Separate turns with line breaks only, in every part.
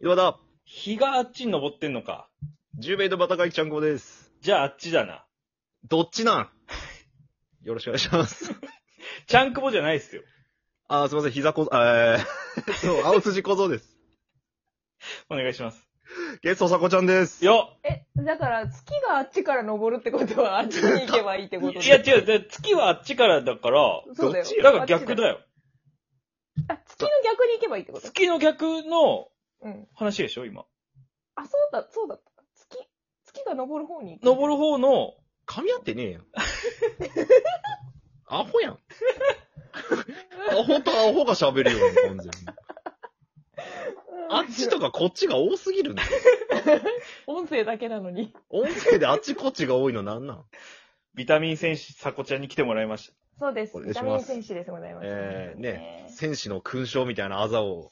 井戸端、
日があっちに登ってんのか。
10名のバタカイキちゃんこです。
じゃああっちだな。
どっちなん よろしくお願いします。
ちゃんくぼじゃないっすよ。
あー、すいません、膝こ、えー、そう、青筋小僧です。
お願いします。
ゲストさこちゃんです。
よ
え、だから、月があっちから登るってことは、あっちに行けばいいってこと
いや
で。
違う、で月はあっちからだから、
そうだ
どっち
よ。
だから逆だ
よ。
よ。
あ、月の逆に行けばいいってこと
月の逆の
うん。
話でしょ、今。
あ、そうだ、そうだった。月、月が登る方に行く。
登る方の、
噛み合ってねえよ。 アホやん。 アホとアホが喋るよ、完全に。
うん
あっちとかこっちが多すぎるんだよ。
音声だけなのに。
音声であっちこっちが多いのなんなん
ビタミン戦士、さこちゃんに来てもらいました。
そうです。
お願い
ビ
し
タミ
ま
ン
す
戦士ですございます。
えー、ね、
え
戦士の勲章みたいなあざを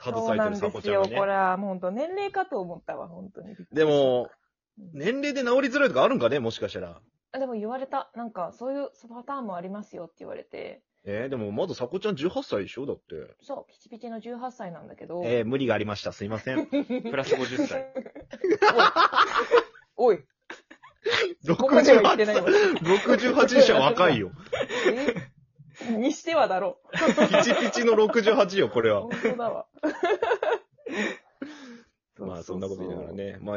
携
そう
えて
な
る
ん
さ
で
こ
す
ちゃん
よ。
がね
こ。れは、もうほんと年齢かと思ったわ、本当に。
でも、
うん、
年齢で治りづらいとかあるんかねもしかしたら。
あでも言われた。なんか、そういうパターンもありますよって言われて。
えー、でもまださこちゃん18歳でしょだって。
そう、ピチピチの18歳なんだけど。
えー、無理がありました。すいませ ん。
プラス50歳。
おい、ここでは言ってないわ
68、。68社若いよ。
え にしてはだろ
ピチピチの68よ、これ
う。
は
本。当だ わ。
まあ、そんなこと言いながら。ね。ま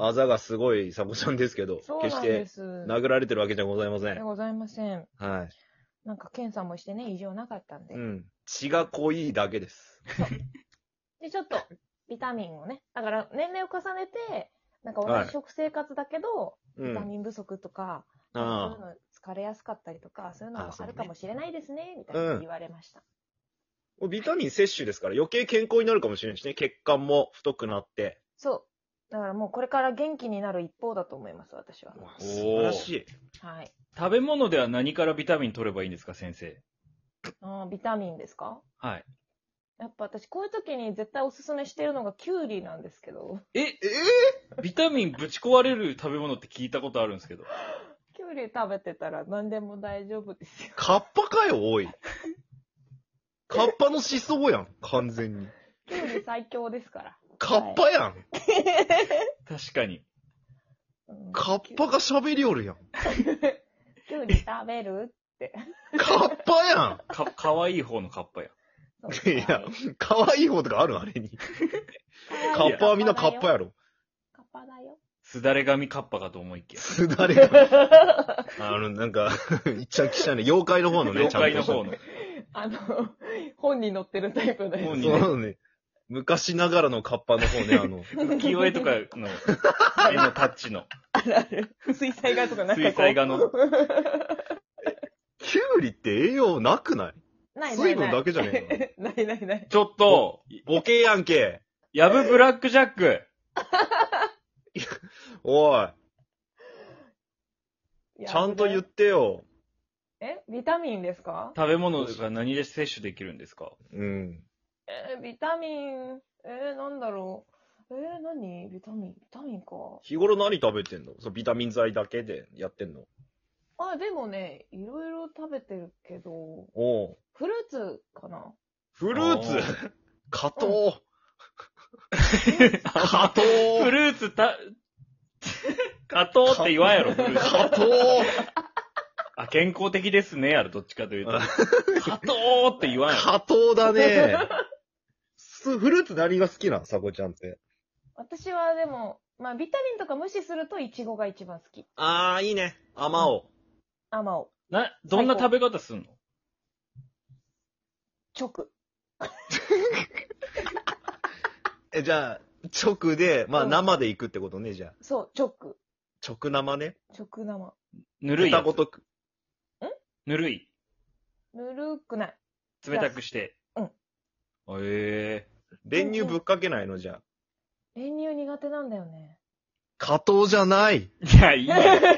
あ、あざがすごいサボちゃんですけど、
そう
決し
なん
て
です。
殴られてるわけじゃございませ
で
ん。
ございません。
は
なんか検査もしてね、異常なかったん
い。
で。
うん。血が濃いだけです。
で、ちょっと、ビタミンをね。だから、年齢を重ねて、なんか同じ食生活だけど、
う
ビタ
ん。
ミン不足とか、そうい
あ
うの疲れやすかったりとか、そういうの
あ
も
そう
あ
ね
るかもしれないですね、みたいな言われました。
あ。ビタミン摂取ですから余計健康になるかもしれないしね。血管も太くなって。
そう。だからもうこれから元気になる一方だと思います、私は。
わ素晴らしい。
はい。
食べ物では何からビタミン取ればいいんですか、先生。
あービタミンですか
はい。
やっぱ私、こういう時に絶対おすすめしてるのがキュウリなんですけど。
え、
え
ビタミンぶち壊れる食べ物って聞いたことあるんですけど。
キュウリ食べてたら何でも大丈夫です よ。
カッパかよ、おい。カッパの思想やん、完全に。
キュウリ最強ですから。
カッパやん。
確かに。
うん
カッパが喋りよるやん。
キュウリ食べる
カッパやん。
か、かわいい方のカッパや。
そう
いや可愛い方とかあるあれに。
可
カ
愛い
ッパはみんなカッパやろ。
カッパだよ。
すだれ髪カッパかと思いきや。
すだれが。あの、なんか、いっちゃきちゃいね。妖怪の方のね、
妖
ちゃんと
怪の
した
方の。
あの、本に載ってるタイプだよ
本。にね
そうね。昔ながらのカッパの方ね、あ の、
浮世絵とかの、絵のタッチの。
あるある。 水彩画とかなんかこう
水彩画の。
キュウリって栄養なくない
ないな
水
い
分
ない。
だけじゃねえの
ないないない。
ちょっと、
ボケやんけ。
ヤブブラックジャック。
おい、
いや
ちゃんと言ってよ。
えビタミンですか
食べ物が何で摂取できるんですか
うん。
えービタミン、えー、なんだろう。えー、何ビタミン、ビタミンか。
日頃何食べてんのそうビタミン剤だけでやってんの
あ、でもね、いろいろ食べてるけど、
おう
フルーツかな
フルーツ
あ
加藤加
加
藤
フルーツた、 加糖って言わんやろ、フルーツ。
加藤
あ、健康的ですね、やろ、どっちかというと。加糖って言わんや
加
ろ。
藤だね。すフルーツ何が好きなサコちゃんって。
私はでも、まあ、ビタミンとか無視するとイチゴが一番好き。
あー、いいね。あまお。
あまお、
な、どんな食べ方すんの
直。
え、じゃあ、直で、まあ
うん
生で行くってことね、じゃあ。
そう、直。
直生ね。
直生。
ぬるいやつ。
ごとく。
ぬるい。
ぬるくない。
冷たくして。
うん
ええ
練乳ぶっかけないの、じゃあ。
練乳苦手なんだよね。
加藤じゃない。
いや、いいや。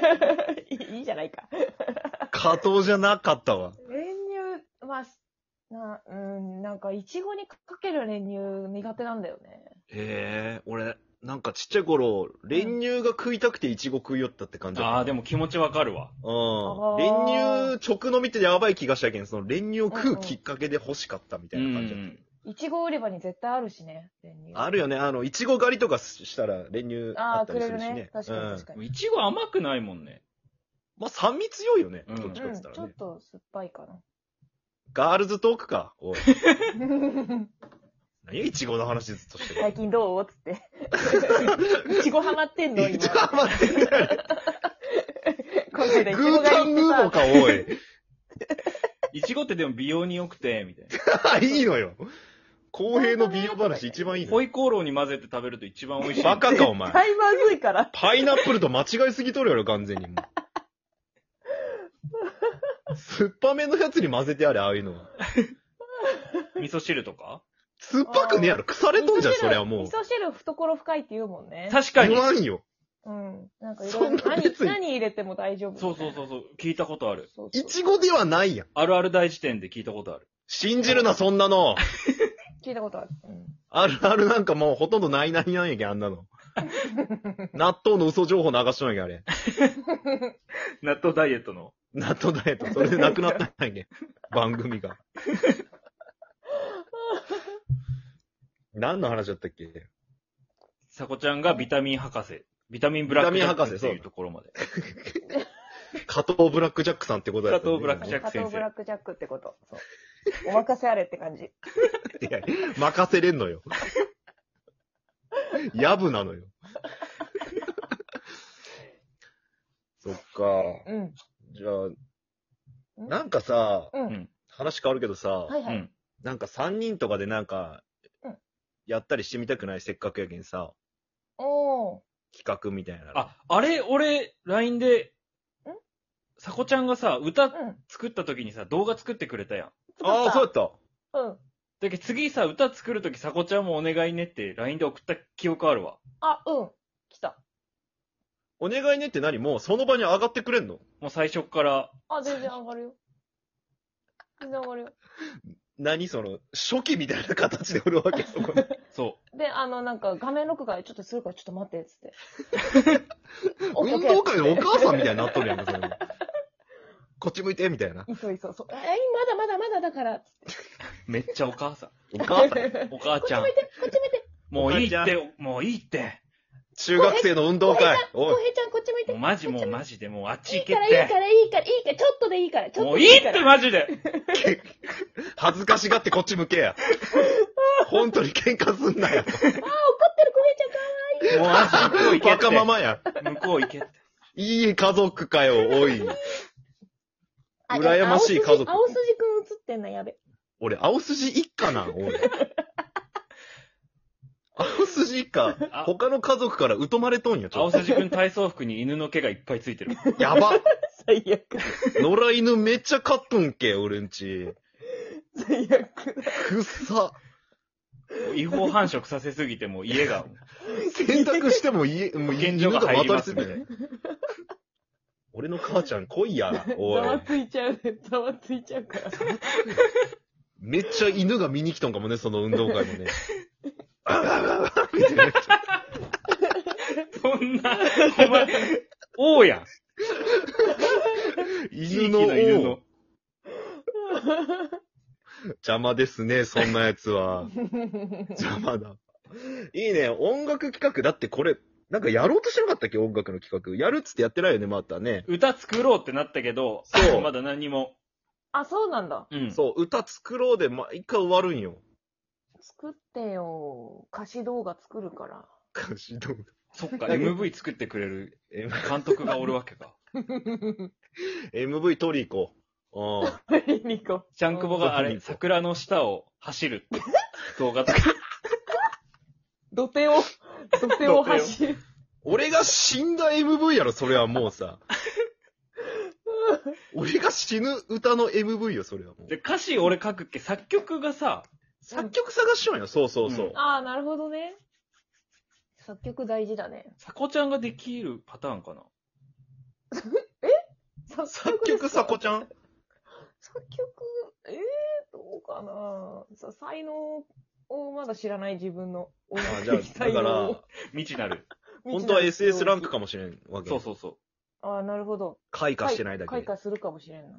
いいじゃないか。
加藤じゃなかったわ。
練乳、まあ、すな、うん、なんか、イチゴにかける練乳苦手なんだよね。
へえ、俺、なんかちっちゃい頃、練乳が食いたくてイチゴ食いよったって感じだった
ああ、でも気持ちわかるわ。
うん。
あー
練乳直飲みってやばい気がしたけん、その練乳を食うきっかけで欲しかったみたいな感じだった。
うん
いちご売り場に絶対あるしね、練乳。
あるよね。あの、いちご狩りとかしたら練乳
あ
あ
あ、
った
く
り
れ
す
る
るしね。
ね。確かに
うん
確かに。
いちご甘くないもんね。
まあ、酸味強いよね。
うん
どっちかっ
う
つ
ん、
っ
ち
たら
ょ
ね
っ。と酸っぱいかな。
ガールズトークか。おい。何いちごの話ずっとしてる。
最近どうつって。 いちごハマってんの
い
今。
ち
こ
ごハマってるじゃない
の間いち
グー
ご
タ
狩
ン
り
ムーボー
行って
か、おい。
いちごってでも美容に良くて、みたい
いいのよ。公平の美容話一番いい
な。
の
ホ
よ。
イコーローに混ぜて食べると一番美味しい。
バカか、お
さ、
前。
大まずいから。
パイナップルと間違いすぎとるやろ、完全にもう。酸っぱめのやつに混ぜてあれ、ああいうのは。
味噌汁とか
酸っぱくねえやろ。腐れとんじゃん、そりゃもう
味。噌汁懐深いって言うもんね。
確かに
言。わんよ。
うん。なんかいろ
そ
いろ
んな
何
別、に
何入れても大丈夫。
そうそうそうそう。聞いたことある。
そうそう。
いちごではないやん。
あるある大辞典で聞いたことある。
信じるな、そんなの。
聞いたことある。うん
あるあるなんかもうほとんどないないなんやけん、あんなの。納豆の嘘情報流しとんやけん、あれ。
納豆ダイエットの。
納豆ダイエット。それでなくなったんやけん。番組 が。何の話だったっけ
さこちゃんがビタミン博士。ビタミンブラックジャックっていうところまで。
加藤ブラックジャックさんってことだったね
加藤ブラックジャック
加
先生
藤ブラックジャックってこと。そうお任せあれって感じ。
いや任せれんの よ。やぶなのよ。 そっか。
うん。
じゃあ、なんかさ、
うん
うん
話変わるけどさ、
はいは
う
い。
ん。
なんか3人とかでなんか
うん、
やったりしてみたくないせっかくやけんさ、
おー。
企画みたいなの。
あ、あれ、俺、LINE で
ん、
さこちゃんがさ、歌
うん。
作った時にさ、動画作ってくれたやん。
あーそうや
作
っ
っ
た。
たうん。
だけど次さ、歌作るとき、さこちゃんもお願いねって LINE で送った記憶あるわ。
あ、うん。来た。
お願いねって何もうその場に上がってくれんの
もう最初っから、
あ、全然上がるよ。全然上がるよ。
何その、初期みたいな形でおるわ けそこに。
そ
で、あの、なんか、画面録画ちょっとするからちょっと待って、つ って。
運動会のお母さんみたいになっとるやんか、それも。こっち向いて、みたいな。
いそいそ、そう。えー、まだまだまだだから、つって。
う。めっちゃお母さ
お
ん。
母さん。
お母ちゃん。も
こっち向
ういい
いてこ
っ
っち
て、もういいって。
中学生の運動会。お
浩
い。
平ちゃんこっち向い
もう
て。
マジもうマジで、もうあっち行
いい
け
か
っ
らいいか
て。
らいいからいいから、ちょっとでいいから、ちょっ
も
と
う
で
い
い
い
いか
って
ら。
マジで。
恥ずかしがってこっち向け や。本当に喧嘩すんなよ。
怒ってる浩平ちゃん
も
か
うマジで、向こう行け
バ
って。
カママや。
向こう行けって。
いい家族かよ、おい。
あ
羨ましい家族
青筋青筋くん映ってんな、やべ。
俺、青筋一家なん、 おい。青筋一家、
あ
他の家族から疎まれとんよ、ちょ
青
っと。
筋くん体操服に犬の毛がいっぱいついてる。
やば。
最悪。
野良犬めっちゃ飼っとんけ、俺んち。
最悪。
くっさ。
違法繁殖させすぎてもう家が、
洗濯しても家、もう
現
犬
状
が
が入
渡
り
り
ます
す
みた
ぎ
い
て
な。。
俺の母ちゃん来いや、 おい。
ついちゃうね。ざわついちゃう から。
めっちゃ犬が見に来たんかもね、その運動会もね。あわわわわみたいな
そんな、お前、王やん。
犬
地域の犬
の
の
王邪魔ですね、そんなやつ は。邪魔だ。いいね、音楽企画。だってこれ、なんかやろうとしてなかったっけ音楽の企画。やるっつってやってないよね、またね。
歌作ろうってなったけど、
そう
まだ何にも。
あ、そうなんだ。
うん。
そう、歌作ろうで、毎回終わるんよ。
作ってよ。歌詞動画作るから。
歌詞動画
そっか、MV 作ってくれる
M-
監督がおるわ けか。
MV 取り行こう。うん。
リコ。
シャンクボがあ
う
れ、
ん
桜の下を走るって動画とか。
土手を、土手を走る。
俺が死んだ MV やろ、それはもうさ。俺が死ぬ歌の MV よ、それはもう
で、。歌詞俺書くっけ、作曲がさ、
作曲探しようよ、そうそうそう。
うん
ああ、なるほどね。作曲大事だね。
さこちゃんができるパターンかな。
作曲さこちゃん
作曲、ええー、どうかなさ才能をまだ知らない自分の音
あ じゃ
楽的
あ、だ
才能
か
を。
ら、
未知なる。
本当は SS ランク
か。
かもしれんわけ。
そうそうそう。
ああ、なるほど。
開花してないだけ
開
で。さ
花するかもしれない。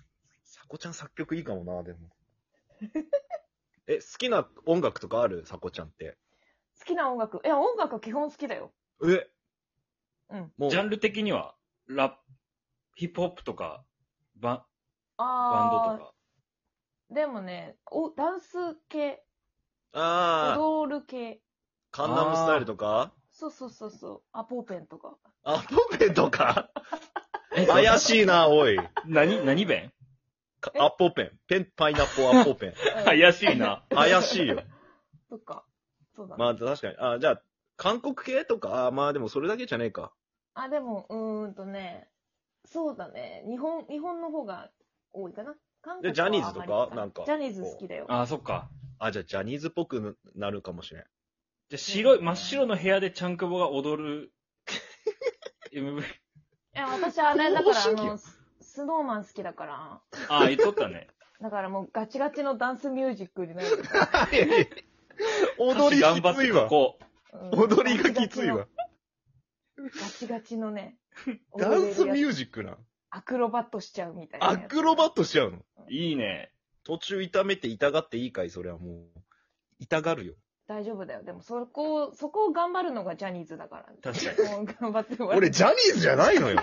こちゃん作曲いいかもな、でも。え、好きな音楽とかあるさこちゃんって。
好きな音楽。いや、音楽は基本好きだよ。
え
うん。
もう、
ジャンル的には、ラップ、ヒップホップとか、ババンド
あ
とか。
あ、でもね、お、ダンス系、
ああ、
踊る系。
カンナムスタイルとか
そうそうそうそう。アポーペンと か。
あ、ポペとか
え
怪しいな、おい。
何、何弁
か
え
アポペン。ペン、パイナッポーアポペン。
うん
怪しいな。
怪しいよ。
とか。そうだね。
まあ確かに。あ、じゃあ、韓国系とか、あまあでもそれだけじゃねえか。
あ、でも、うーんとね、そうだね。日本、日本の方が多いかな。韓国
で
は
ジャニーズとか
あまり
なんか
ジャニーズ好きだよ。
あー、そっか。
あ、じゃあジャニーズっぽくなるかもしれん。
じゃあ、白い、真っ白の部屋でちゃんくぼが踊る。MV。
いや、私はあれだか
どう
ら、
し
あ
ようよ
の、ススノーマン好きだから。
あー、言っとったね。
だからもうガチガチのダンスミュージックになる。
踊り
歌詞頑張
き
っ
つい
て
わ。
こう。
うん
踊りがきついわ。。
ガチガチのね。
ダンスミ
ジック。
ュージックな。
アクロバットしちゃうみたいなや
ア
つ。
クロバットしちゃうの。
いいね。
途中痛めて痛がっていいかいそれはもう。痛がるよ。
大丈夫だよ。でもそこを、そこを頑張るのがジャニーズだから。
確かに。
もう頑張ってもらう
俺、ジャニーズじゃないのよ。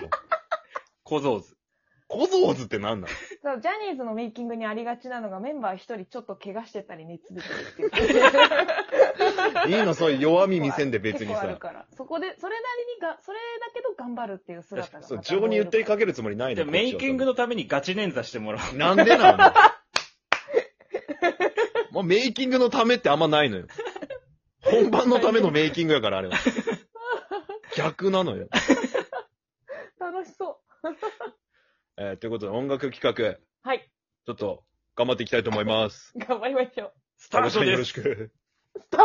小僧図。
小僧ズってなんなの
そうジャニーズのメイキングにありがちなのがメンバー一人ちょっと怪我してたり熱出てるっていう。
いいの、そういう弱み見せんで別に
結構ある
さ。
から。そこで、それなりにが、それだけど頑張るっていう姿がまた
そう
燃える。
情に訴えかけるつもりない
じゃ
の
あ、メイキングのためにガチ捻挫してもらおう。
なんでなのもうメイキングのためってあんまないのよ。本番のためのメイキングやから、あれは。逆なのよ。
楽しそう。
えーということで音楽企画、
はい。
ちょっと頑張っていきたいと思います。
頑張りましょう。
スタ
田中
ー
さ
ト
んよ
で
ろし。
す
く。